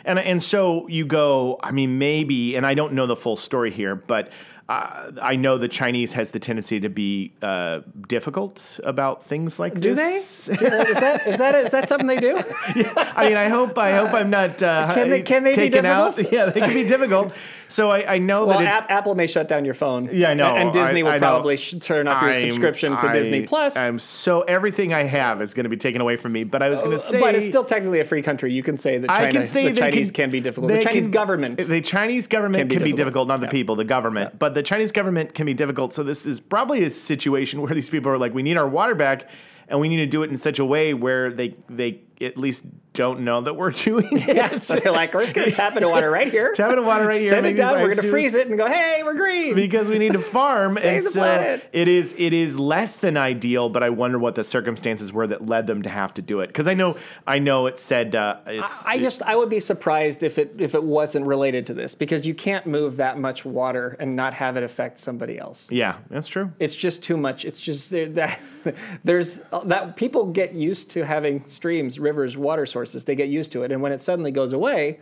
Speaker 2: And and so you go, I mean, maybe, and I don't know the full story here, but uh, I know the Chinese has the tendency to be uh, difficult about things like
Speaker 3: Do they?
Speaker 2: this.
Speaker 3: Do- is that is that is that something they do?
Speaker 2: I mean, I hope I hope I'm not uh,
Speaker 3: Can they- can they be
Speaker 2: taken out.
Speaker 3: difficult?
Speaker 2: Yeah, they can be difficult. So I, I know
Speaker 3: Well,
Speaker 2: that it's
Speaker 3: App, Apple may shut down your phone.
Speaker 2: Yeah, I know.
Speaker 3: And Disney
Speaker 2: I-
Speaker 3: will
Speaker 2: I know.
Speaker 3: probably sh- turn off your
Speaker 2: I'm-
Speaker 3: subscription to
Speaker 2: I-
Speaker 3: Disney Plus.
Speaker 2: I'm so everything I have is going to be taken away from me. But I was going to say,
Speaker 3: Uh, but it's still technically a free couee. You can say that China,
Speaker 2: I can say
Speaker 3: the
Speaker 2: they
Speaker 3: Chinese can, be difficult. The
Speaker 2: they
Speaker 3: Chinese
Speaker 2: can-
Speaker 3: government.
Speaker 2: The Chinese government
Speaker 3: Can
Speaker 2: can
Speaker 3: be
Speaker 2: be, difficult.
Speaker 3: difficult.
Speaker 2: not the
Speaker 3: Yeah.
Speaker 2: people, the government. But the Chinese government can be difficult. So this is probably a situation where these people are like, we need our water back, and we need to do it in such a way where they they at least don't know that we're doing it.
Speaker 3: yeah, so they're like, we're just going to tap into water right here.
Speaker 2: Tap into water right here.
Speaker 3: Send it
Speaker 2: Maybe these
Speaker 3: down.
Speaker 2: ice
Speaker 3: We're going to
Speaker 2: dews-
Speaker 3: freeze it and go, hey, we're green.
Speaker 2: because we need to farm and
Speaker 3: Save the
Speaker 2: so
Speaker 3: planet.
Speaker 2: it is it is less than ideal but i wonder what the circumstances were that led them to have to do it because i know i know it said uh, it's
Speaker 3: I just I would be surprised if it if it wasn't related to this because you can't move that much water and not have it affect somebody else.
Speaker 2: yeah that's true
Speaker 3: It's just too much. It's just there- that there's that people get used to having streams, rivers, water sources. They get used to it, and when it suddenly goes away,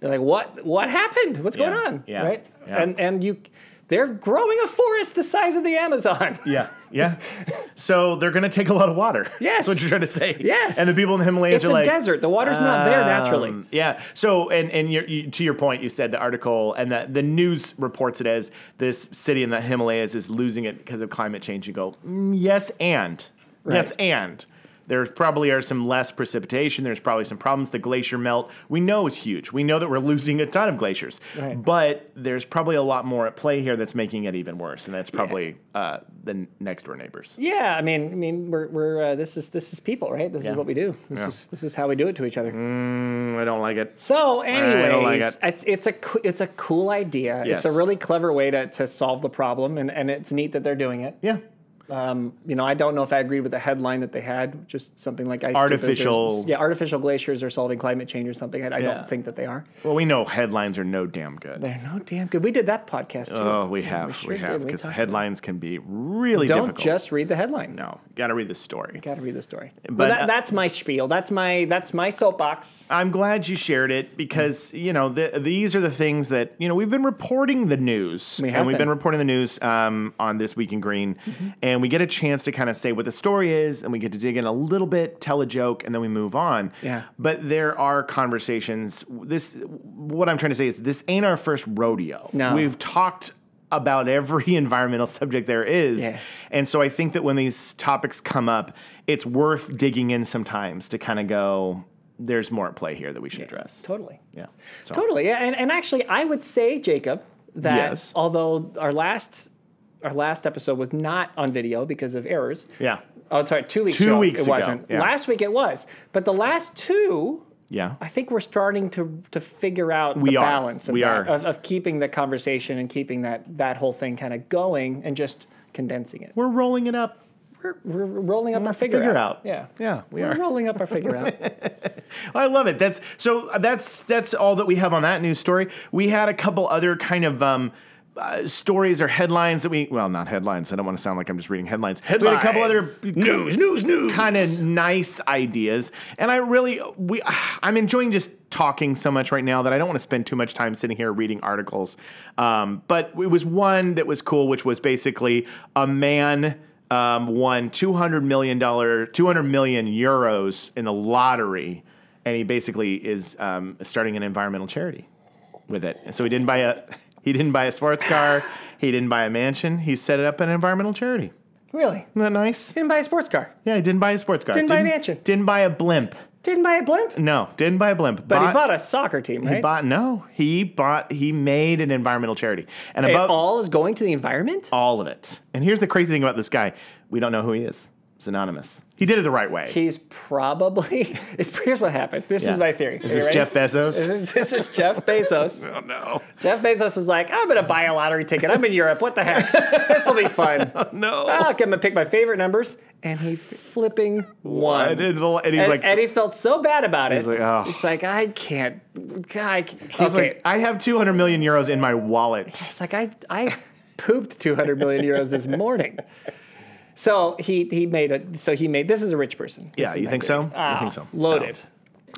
Speaker 3: they're like, "What? What happened? What's
Speaker 2: Yeah,
Speaker 3: going on?"
Speaker 2: yeah,
Speaker 3: right?
Speaker 2: yeah.
Speaker 3: And and you, they're growing a forest the size of the Amazon.
Speaker 2: yeah yeah so they're gonna take a lot of water
Speaker 3: Yes.
Speaker 2: that's what you're trying to say
Speaker 3: Yes.
Speaker 2: and the people in the himalayas
Speaker 3: It's
Speaker 2: are
Speaker 3: a
Speaker 2: like
Speaker 3: desert. The water's not there naturally.
Speaker 2: Um, yeah. So, and and your, you, to your point, you said the article and the the news reports it as this city in the Himalayas is losing it because of climate change. You go, mm, yes, and yes,
Speaker 3: Right.
Speaker 2: and. There's probably are some less precipitation. There's probably some problems. The glacier melt we know is huge. We know that we're losing a ton of glaciers,
Speaker 3: Right.
Speaker 2: but there's probably a lot more at play here that's making it even worse, and that's probably uh, the next door neighbors.
Speaker 3: Yeah, I mean, I mean, we're, we're uh, this is this is people, right? This
Speaker 2: Yeah.
Speaker 3: is what we do. This is this is how we do it to each other.
Speaker 2: Mm, I don't like it.
Speaker 3: So,
Speaker 2: I
Speaker 3: anyways,
Speaker 2: don't like it.
Speaker 3: it's it's a co- it's a cool idea.
Speaker 2: Yes.
Speaker 3: It's a really clever way to, to solve the problem, and, and it's neat that they're doing it.
Speaker 2: Yeah,
Speaker 3: Um, you know, I don't know if I agreed with the headline that they had, just something like ice tubers or-
Speaker 2: Artificial-
Speaker 3: yeah, artificial glaciers are solving climate change or something. I, I
Speaker 2: Yeah.
Speaker 3: don't think that they are.
Speaker 2: well, we know headlines are no damn good.
Speaker 3: They're no damn good. We did that podcast too.
Speaker 2: Oh, we have,
Speaker 3: sure
Speaker 2: we
Speaker 3: did.
Speaker 2: have,
Speaker 3: We
Speaker 2: because the
Speaker 3: talked about
Speaker 2: headlines can be really
Speaker 3: don't
Speaker 2: difficult.
Speaker 3: just read the headline.
Speaker 2: no, got to read the story.
Speaker 3: Got to read the story. But,
Speaker 2: But,
Speaker 3: that,
Speaker 2: uh,
Speaker 3: that's my spiel. That's my that's my soapbox.
Speaker 2: I'm glad you shared it because
Speaker 3: Mm.
Speaker 2: you know th- these are the things that you know we've been reporting the news,
Speaker 3: We have
Speaker 2: and we've
Speaker 3: been. Mm-hmm.
Speaker 2: been reporting the news um, on this week in green, and we get a chance to kind of say what the story is, and we get to dig in a little bit, tell a joke, and then we move on.
Speaker 3: Yeah.
Speaker 2: But there are conversations. This what I'm trying to say is this ain't our first rodeo.
Speaker 3: No.
Speaker 2: We've talked about every environmental subject there is.
Speaker 3: Yeah.
Speaker 2: And so I think that when these topics come up, it's worth digging in sometimes to kind of go, there's more at play here that we should address.
Speaker 3: Totally.
Speaker 2: Yeah. So-
Speaker 3: Totally. Yeah. And, and actually, I would say, Jacob, that
Speaker 2: Yes.
Speaker 3: although our last our last episode was not on video because of errors.
Speaker 2: Yeah.
Speaker 3: Oh, sorry, two weeks
Speaker 2: Two
Speaker 3: ago.
Speaker 2: weeks
Speaker 3: it
Speaker 2: ago,
Speaker 3: wasn't.
Speaker 2: yeah.
Speaker 3: Last week it was. But the last two,
Speaker 2: Yeah.
Speaker 3: I think we're starting to to figure out
Speaker 2: We
Speaker 3: the
Speaker 2: are.
Speaker 3: balance of,
Speaker 2: We
Speaker 3: that,
Speaker 2: are.
Speaker 3: Of, of keeping the conversation and keeping that that whole thing kind of going and just condensing it.
Speaker 2: We're rolling it up.
Speaker 3: We're, we're rolling up our figure,
Speaker 2: figure
Speaker 3: out.
Speaker 2: out.
Speaker 3: Yeah.
Speaker 2: Yeah, we
Speaker 3: are
Speaker 2: are.
Speaker 3: rolling up our figure out.
Speaker 2: I love it. That's so uh, that's that's all that we have on that news story. We had a couple other kind of um uh, stories or headlines that we well not headlines. I don't want to sound like I'm just reading headlines. We had a couple other
Speaker 3: news, news, news.
Speaker 2: kind of nice ideas. And I really we I'm enjoying just talking so much right now that I don't want to spend too much time sitting here reading articles. Um, but it was one that was cool, which was basically a man um, won 200 million dollar 200 million euros in the lottery, and he basically is um, starting an environmental charity with it. And so he didn't buy a he didn't buy a sports car. He didn't buy a mansion. He set it up an environmental charity.
Speaker 3: Really?
Speaker 2: Isn't that nice?
Speaker 3: Didn't buy a sports car.
Speaker 2: Yeah, he didn't buy a sports car.
Speaker 3: Didn't buy a mansion.
Speaker 2: Didn't buy a blimp.
Speaker 3: Didn't buy a blimp.
Speaker 2: No, didn't buy a blimp.
Speaker 3: But he bought a soccer team, right?
Speaker 2: He bought no. He bought. He made an environmental charity, and
Speaker 3: It
Speaker 2: above all,
Speaker 3: all is going to the environment.
Speaker 2: of it. And here's the crazy thing about this guy: we don't know who he is. It's anonymous. He did it the right way.
Speaker 3: He's probably. It's, here's what happened. This
Speaker 2: Yeah.
Speaker 3: is my theory.
Speaker 2: Is
Speaker 3: Are you
Speaker 2: this
Speaker 3: ready?
Speaker 2: Jeff Bezos?
Speaker 3: This is, this is Jeff Bezos.
Speaker 2: oh no,
Speaker 3: Jeff Bezos is like, I'm going to buy a lottery ticket. I'm in Europe. What the heck? This will be fun.
Speaker 2: Oh, no.
Speaker 3: I'm going to pick my favorite numbers. And he flipping won.
Speaker 2: and, it- and he's
Speaker 3: and,
Speaker 2: like,
Speaker 3: and he felt so bad about it. He's
Speaker 2: like, oh.
Speaker 3: He's like, I can't. I, c-
Speaker 2: he's
Speaker 3: okay.
Speaker 2: like, I have 200 million euros in my wallet.
Speaker 3: it's like I I pooped 200 million euros this morning. So he he made a so he made this is a rich person. This
Speaker 2: Yeah,
Speaker 3: is
Speaker 2: you
Speaker 3: my
Speaker 2: think
Speaker 3: theory.
Speaker 2: so?
Speaker 3: Ah,
Speaker 2: you think so?
Speaker 3: Loaded.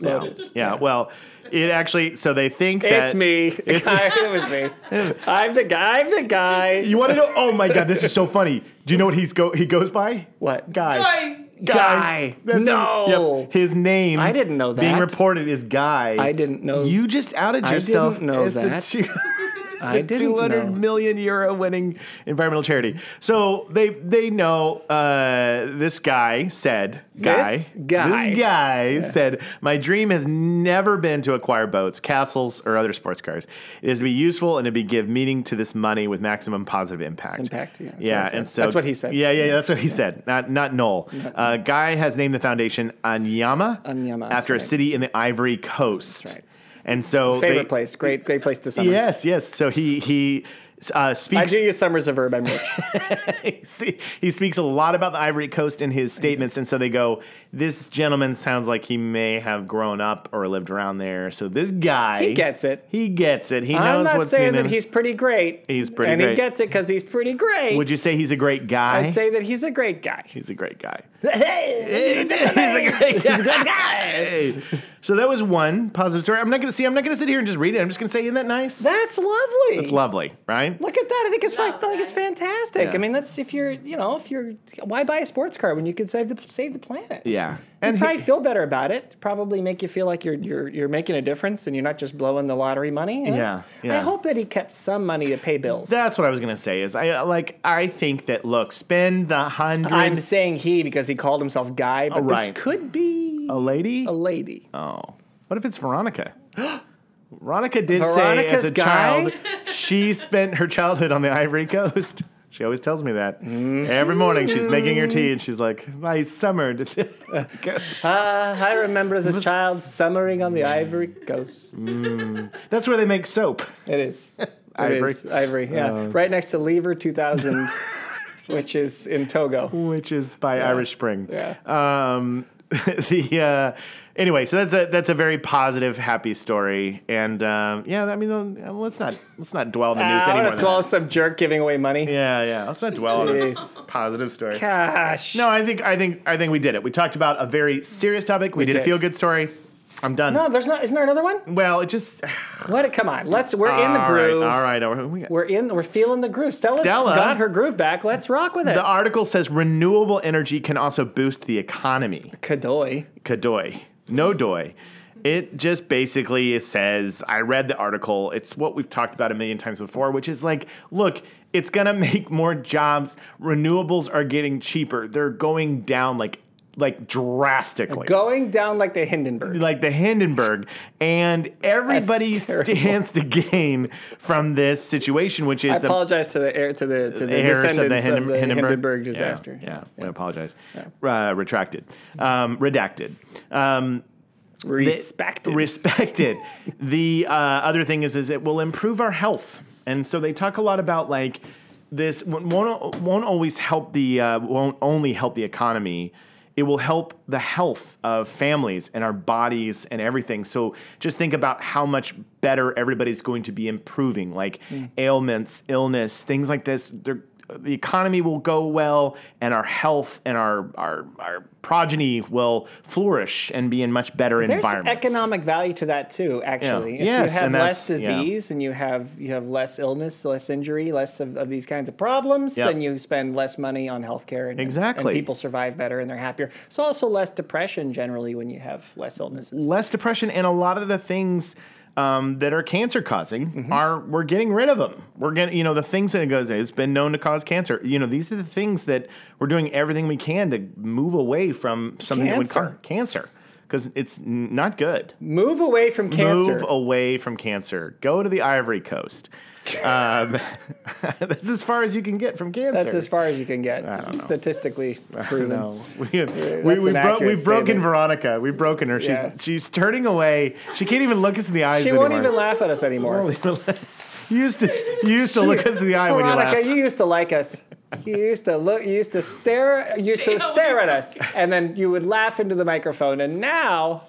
Speaker 2: Yeah.
Speaker 3: Loaded.
Speaker 2: Yeah, Well, it actually. So they think that
Speaker 3: It's me. it was me. I'm the guy. I'm the guy.
Speaker 2: You want to know? Oh my god, this is so funny. Do you know what he's go? He goes by
Speaker 3: What?
Speaker 2: guy.
Speaker 4: Guy.
Speaker 3: Guy.
Speaker 2: his-
Speaker 3: No.
Speaker 2: yep, His name.
Speaker 3: I didn't know
Speaker 2: Being
Speaker 3: that.
Speaker 2: reported is Guy.
Speaker 3: I didn't know-
Speaker 2: You just outed
Speaker 3: I
Speaker 2: yourself
Speaker 3: didn't know
Speaker 2: as
Speaker 3: that.
Speaker 2: the two.
Speaker 3: I
Speaker 2: the
Speaker 3: didn't
Speaker 2: 200
Speaker 3: know.
Speaker 2: million euro winning environmental charity. So they they know uh, this guy said guy
Speaker 3: This guy.
Speaker 2: this guy said my dream has never been to acquire boats, castles, or other sports cars. It is to be useful and to be give meaning to this money with maximum positive impact.
Speaker 3: Impact, yeah, that's what I
Speaker 2: yeah,
Speaker 3: said.
Speaker 2: and so
Speaker 3: That's what he said.
Speaker 2: Yeah, yeah, yeah that's what he said. Not not Noel. Uh, guy has named the foundation Anyama,
Speaker 3: Anyama, that's
Speaker 2: after
Speaker 3: right.
Speaker 2: a city in the Ivory Coast.
Speaker 3: That's right.
Speaker 2: And so they,
Speaker 3: Favorite place. Great great place to summer.
Speaker 2: Yes, yes. So he he uh,
Speaker 3: I
Speaker 2: speaks.
Speaker 3: do use summer as a verb. I'm rich.
Speaker 2: See, he speaks a lot about the Ivory Coast in his statements, and so they go, "This gentleman sounds like he may have grown up or lived around there." So this guy,
Speaker 3: He gets it.
Speaker 2: He gets it. He
Speaker 3: I'm
Speaker 2: knows
Speaker 3: not
Speaker 2: what's
Speaker 3: saying
Speaker 2: in him.
Speaker 3: that he's pretty great.
Speaker 2: He's pretty
Speaker 3: and
Speaker 2: great.
Speaker 3: he gets it because he's pretty great.
Speaker 2: Would you say he's a great guy?
Speaker 3: I'd say that he's a great guy.
Speaker 2: he's a great guy.
Speaker 3: he's
Speaker 2: a great
Speaker 3: He's a great guy.
Speaker 2: Hey. So that was one positive story. I'm not going to see. I'm not going to sit here and just read it. I'm just going to say, isn't that nice?
Speaker 3: That's lovely.
Speaker 2: It's lovely, right?
Speaker 3: Look at that! I think it's fa- I think it's fantastic.
Speaker 2: Yeah.
Speaker 3: I mean, that's if you're you know if you're why buy a sports car when you could save the save the planet?
Speaker 2: Yeah.
Speaker 3: and
Speaker 2: And
Speaker 3: probably
Speaker 2: he-
Speaker 3: feel better about it. Probably make you feel like you're you're you're making a difference and you're not just blowing the lottery money. And
Speaker 2: Yeah, yeah.
Speaker 3: I hope that he kept some money to pay bills.
Speaker 2: that's what I was going to say. Is I like I think that look, spend the hundred.
Speaker 3: I'm saying he because he called himself guy, but
Speaker 2: right.
Speaker 3: this could be
Speaker 2: a lady.
Speaker 3: a lady.
Speaker 2: Oh. What if it's Veronica? Veronica did say as
Speaker 3: Veronica's
Speaker 2: a
Speaker 3: guy?
Speaker 2: child she spent her childhood on the Ivory Coast. She always tells me that. Every morning she's making her tea and she's like, I summered. the Ivory Coast."
Speaker 3: Uh, I remember as a child summering on the Ivory Coast.
Speaker 2: That's where they make soap.
Speaker 3: It is. It
Speaker 2: Ivory. Uh.
Speaker 3: is. Ivory, yeah. right next to Lever 2000, which is in Togo.
Speaker 2: which is by Irish Spring.
Speaker 3: Yeah.
Speaker 2: Um, the uh, anyway, so that's a that's a very positive, happy story, and um, yeah, I mean, uh, let's not let's not dwell on the news
Speaker 3: Ah, I
Speaker 2: anymore.
Speaker 3: want to call some jerk giving away money.
Speaker 2: yeah, yeah, let's not dwell on this positive story.
Speaker 3: Gosh.
Speaker 2: No, I think I think I think we did it. We talked about a very serious topic. We, did, a
Speaker 3: did.
Speaker 2: feel good story. I'm done.
Speaker 3: No, there's not. Isn't there another one?
Speaker 2: Well, it just
Speaker 3: What? Come on. Let's. We're in the
Speaker 2: All right,
Speaker 3: groove.
Speaker 2: all right, all right. We got-
Speaker 3: We're in. We're feeling the groove. Stella's
Speaker 2: Stella-
Speaker 3: got her groove back. Let's rock with it.
Speaker 2: The article says renewable energy can also boost the economy.
Speaker 3: Kadoy.
Speaker 2: Kadoy, no doy. It just basically it says I read the article. It's what we've talked about a million times before, which is like, look, it's gonna make more jobs. Renewables are getting cheaper. They're going down like like drastically.
Speaker 3: Going down like the Hindenburg.
Speaker 2: like the Hindenburg, and everybody
Speaker 3: terrible.
Speaker 2: stands to gain from this situation, which is
Speaker 3: I
Speaker 2: the
Speaker 3: apologize to the heir to the to the,
Speaker 2: heirs
Speaker 3: descendants of the,
Speaker 2: Hinden-
Speaker 3: Hindenburg,
Speaker 2: Yeah,
Speaker 3: disaster.
Speaker 2: Yeah, we apologize. Uh, retracted, um, redacted. Um,
Speaker 3: Respect.
Speaker 2: respected. the uh, other thing is, is it will improve our health, and so they talk a lot about like this won't won't always help the uh, won't only help the economy. It will help the health of families and our bodies and everything. So just think about how much better everybody's going to be improving, like ailments, illness, things like this. They're the economy will go well and our health and our, our our progeny will flourish and be in much better
Speaker 3: There's
Speaker 2: environments.
Speaker 3: economic value to that too, actually. If
Speaker 2: Yes,
Speaker 3: you have
Speaker 2: and
Speaker 3: less
Speaker 2: that's- yeah.
Speaker 3: disease and you have you have less illness, less injury, less of, of these kinds of problems,
Speaker 2: Yep.
Speaker 3: then you spend less money on healthcare and, and-
Speaker 2: Exactly.
Speaker 3: and people survive better and they're happier. It's also less depression generally when you have less illnesses.
Speaker 2: less depression and a lot of the things um, that are cancer causing
Speaker 3: Mm-hmm.
Speaker 2: are we're getting rid of them. We're getting you know the things that it goes it's been known to cause cancer. You know these are the things that we're doing everything we can to move away from something that would
Speaker 3: Cancer.
Speaker 2: cause cancer because it's n- not good.
Speaker 3: Move away from cancer.
Speaker 2: Move away from cancer. Go to the Ivory Coast. Um, that's as far as you can get from cancer.
Speaker 3: That's as far as you can
Speaker 2: don't know.
Speaker 3: get statistically proven.
Speaker 2: No, we, we,
Speaker 3: that's
Speaker 2: we
Speaker 3: an
Speaker 2: bro-
Speaker 3: accurate
Speaker 2: we've broken
Speaker 3: statement.
Speaker 2: Veronica. We've broken her. She's
Speaker 3: Yeah.
Speaker 2: she's turning away. She can't even look us in the eyes
Speaker 3: She
Speaker 2: anymore.
Speaker 3: won't even laugh at us anymore.
Speaker 2: you used to you used to look us in the eye when you
Speaker 3: Veronica,
Speaker 2: laughed.
Speaker 3: you used to like us. You used to look. You used to stare. You used to
Speaker 4: Stay
Speaker 3: stare at us, and then you would laugh into the microphone. And now,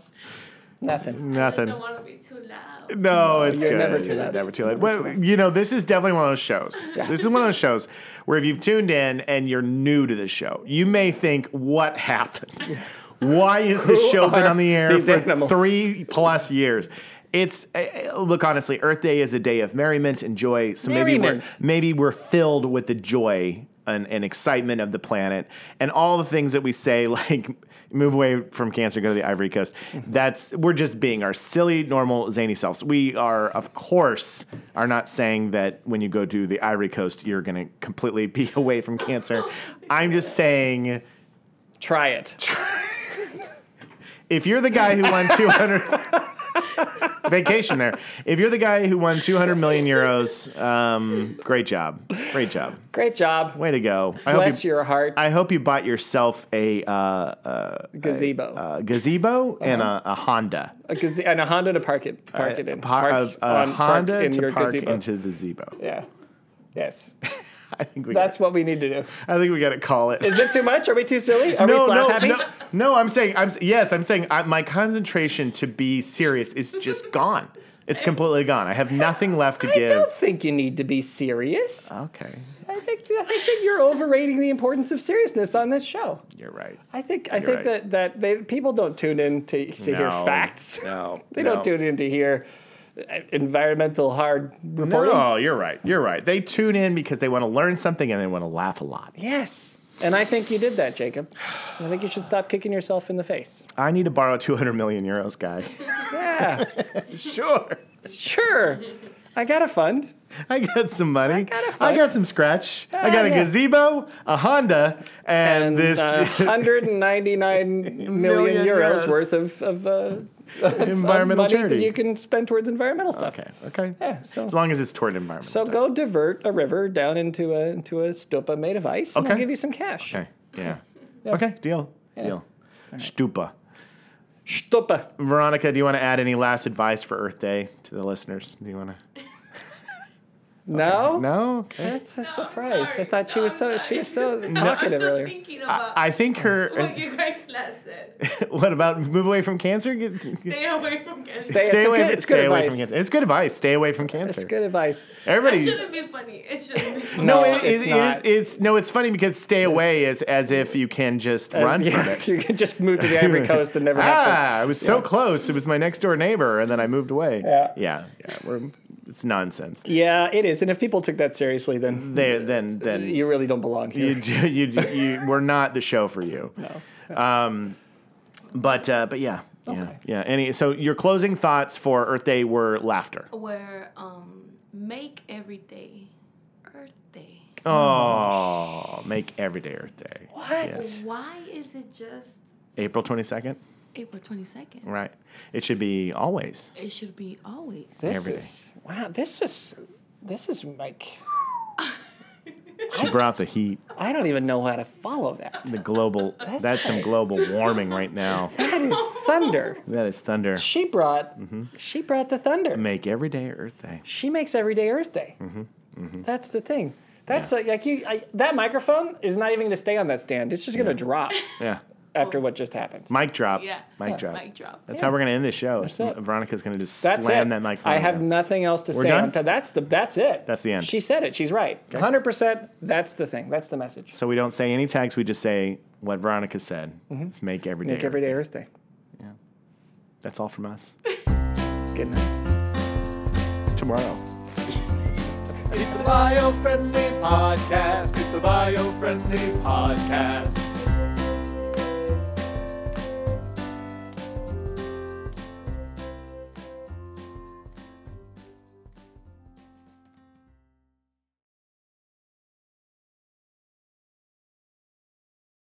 Speaker 3: nothing.
Speaker 2: Nothing.
Speaker 4: Don't want to be too loud.
Speaker 2: No, it's
Speaker 3: you're
Speaker 2: good.
Speaker 3: never too loud.
Speaker 2: Never too late. Well, you know, this is definitely one of those shows. This is one of those shows where if you've tuned in and you're new to the show, you may think, "What happened? Why is this
Speaker 3: Who
Speaker 2: show been
Speaker 3: are
Speaker 2: on the air
Speaker 3: these
Speaker 2: for
Speaker 3: animals?"
Speaker 2: three plus years?" It's uh, look honestly, Earth Day is a day of merriment and joy. So maybe we're
Speaker 3: Merriment.
Speaker 2: maybe we're filled with the joy and, and excitement of the planet and all the things that we say like move away from cancer go to the ivory coast that's we're just being our silly normal zany selves we are of course are not saying that when you go to the ivory coast you're going to completely be away from cancer i'm just saying
Speaker 3: Try it.
Speaker 2: if you're the guy who won 200 vacation there if you're the guy who won 200 million euros um, great job great job
Speaker 3: Great job.
Speaker 2: Way to go! I
Speaker 3: Bless
Speaker 2: hope you,
Speaker 3: your heart.
Speaker 2: I hope you bought yourself a, uh, uh,
Speaker 3: gazebo.
Speaker 2: a gazebo and a, a Honda.
Speaker 3: Uh-huh. a gaze- and a Honda to park it. Park it in.
Speaker 2: Par-
Speaker 3: Park
Speaker 2: a, a
Speaker 3: on- park
Speaker 2: Honda
Speaker 3: in
Speaker 2: to
Speaker 3: your
Speaker 2: park
Speaker 3: gazebo.
Speaker 2: into the Zebo.
Speaker 3: Yeah. Yes.
Speaker 2: I think we.
Speaker 3: That's
Speaker 2: That's.
Speaker 3: what we need to do.
Speaker 2: I think we got to call it.
Speaker 3: Is it too much? Are we too silly? Are we
Speaker 2: no,
Speaker 3: slap
Speaker 2: no,
Speaker 3: happy?
Speaker 2: no, no. I'm saying. I'm s- yes. I'm saying. I, my concentration to be serious is just gone. It's completely gone. I have nothing left to
Speaker 3: I
Speaker 2: give.
Speaker 3: don't think you need to be serious.
Speaker 2: Okay,
Speaker 3: I think I think you're overrating the importance of seriousness on this show.
Speaker 2: you're right.
Speaker 3: I think I
Speaker 2: You're
Speaker 3: think
Speaker 2: right.
Speaker 3: that that they, people don't tune in to, to hear
Speaker 2: No,
Speaker 3: facts.
Speaker 2: No,
Speaker 3: They
Speaker 2: no.
Speaker 3: don't tune in to hear uh, environmental hard reporting.
Speaker 2: No, you're right. You're right. They tune in because they want to learn something and they want to laugh a lot.
Speaker 3: Yes. And I think you did that, Jacob. And I think you should stop kicking yourself in the face.
Speaker 2: I need to borrow 200 million euros, guy.
Speaker 3: Yeah,
Speaker 2: sure.
Speaker 3: sure. I got a fund.
Speaker 2: I got some money. I
Speaker 3: got a
Speaker 2: I
Speaker 3: fight.
Speaker 2: got some scratch. I
Speaker 3: Ah,
Speaker 2: got a
Speaker 3: yeah.
Speaker 2: gazebo, a Honda, and,
Speaker 3: And
Speaker 2: this
Speaker 3: uh, 199 million,
Speaker 2: Million
Speaker 3: euros,
Speaker 2: euros.
Speaker 3: worth of, of, uh, of- of
Speaker 2: environmental
Speaker 3: money
Speaker 2: charity.
Speaker 3: that you can spend towards environmental stuff.
Speaker 2: okay, okay.
Speaker 3: Yeah, so-
Speaker 2: as long as it's toward environment.
Speaker 3: So go divert a river down into a into a stupa made of ice, and I'll
Speaker 2: Okay.
Speaker 3: give you some cash.
Speaker 2: Okay. Yeah. Okay. Deal. Deal. Stupa.
Speaker 3: Stupa.
Speaker 2: Veronica, do you want to add any last advice for Earth Day to the listeners? Do you want to?
Speaker 3: No,
Speaker 2: No. Okay.
Speaker 3: that's a
Speaker 4: I'm
Speaker 3: surprise. I
Speaker 4: Oh, sorry.
Speaker 3: thought she
Speaker 4: No,
Speaker 3: was
Speaker 4: I'm
Speaker 3: so
Speaker 4: sorry.
Speaker 3: she was so
Speaker 4: I'm still
Speaker 3: talkative earlier.
Speaker 4: thinking
Speaker 2: I,
Speaker 4: about
Speaker 2: I think her. uh,
Speaker 4: what you guys last said.
Speaker 2: what about move away from cancer? Get,
Speaker 4: Stay away from cancer.
Speaker 3: Stay- It's a good- it's good
Speaker 2: stay away
Speaker 3: advice.
Speaker 2: from cancer. It's good advice. Stay away from cancer.
Speaker 3: That's good advice.
Speaker 4: It
Speaker 2: Everybody.
Speaker 4: shouldn't be funny. It shouldn't be funny.
Speaker 2: No,
Speaker 3: No,
Speaker 2: it,
Speaker 3: it's
Speaker 2: it,
Speaker 3: not.
Speaker 2: it is, it's no. It's funny because stay away is as if you can just run
Speaker 3: Yeah,
Speaker 2: from it.
Speaker 3: you can just move to the Ivory Coast and never have to.
Speaker 2: ah, I was so close. It was my next door neighbor, and then I moved away.
Speaker 3: Yeah.
Speaker 2: yeah, yeah. We're, it's nonsense.
Speaker 3: Yeah, it is. And if people took that seriously, then
Speaker 2: They, then, then you,
Speaker 3: you really don't belong here.
Speaker 2: you, you, you, we're not the show for you. No. Um, but uh, but yeah, yeah, yeah. Any so your closing thoughts for Earth Day were laughter.
Speaker 4: Where um make every day Earth Day.
Speaker 2: Oh, make every day Earth Day. What? Yes,
Speaker 4: Why is it just
Speaker 2: April twenty second.
Speaker 4: April twenty second?
Speaker 2: Right. It should be always.
Speaker 4: It should be always.
Speaker 3: This
Speaker 2: Everything.
Speaker 3: is wow. This is this is like
Speaker 2: She brought the heat.
Speaker 3: I don't even know how to follow that.
Speaker 2: The global. That's some global warming right now.
Speaker 3: That is thunder.
Speaker 2: That is thunder.
Speaker 3: She brought
Speaker 2: Mm-hmm.
Speaker 3: she brought the thunder.
Speaker 2: Make every day Earth Day.
Speaker 3: she makes everyday Earth Day.
Speaker 2: Mm-hmm.
Speaker 3: That's the thing. That's like, like you. I, that microphone is not even going to stay on that stand. It's just going to drop
Speaker 2: Yeah.
Speaker 3: after what just happened.
Speaker 2: Mic drop.
Speaker 4: Yeah.
Speaker 2: Mic drop.
Speaker 4: Mic drop.
Speaker 2: That's how we're gonna end this show.
Speaker 3: it.
Speaker 2: Veronica's gonna just
Speaker 3: That's
Speaker 2: slam
Speaker 3: it.
Speaker 2: that microphone.
Speaker 3: I have
Speaker 2: down.
Speaker 3: nothing else to say.
Speaker 2: done?
Speaker 3: on to- that's the. That's it.
Speaker 2: That's the end.
Speaker 3: She said it. She's right. One hundred percent. That's the thing. That's the message.
Speaker 2: so we don't say any tags. We just say what Veronica said. Let's Mm-hmm. make every day.
Speaker 3: Make everyday Earth Day.
Speaker 2: That's all from us.
Speaker 3: Good night.
Speaker 2: Tomorrow.
Speaker 1: It's a bio-friendly podcast. It's a bio-friendly podcast.